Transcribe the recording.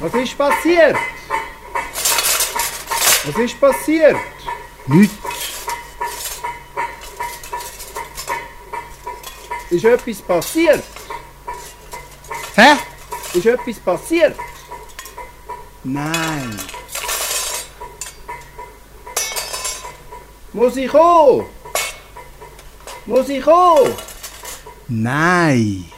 Was ist passiert? Was ist passiert? Nichts. Ist etwas passiert? Hä? Ist etwas passiert? Nein. Muss ich kommen? Muss ich kommen? Nein.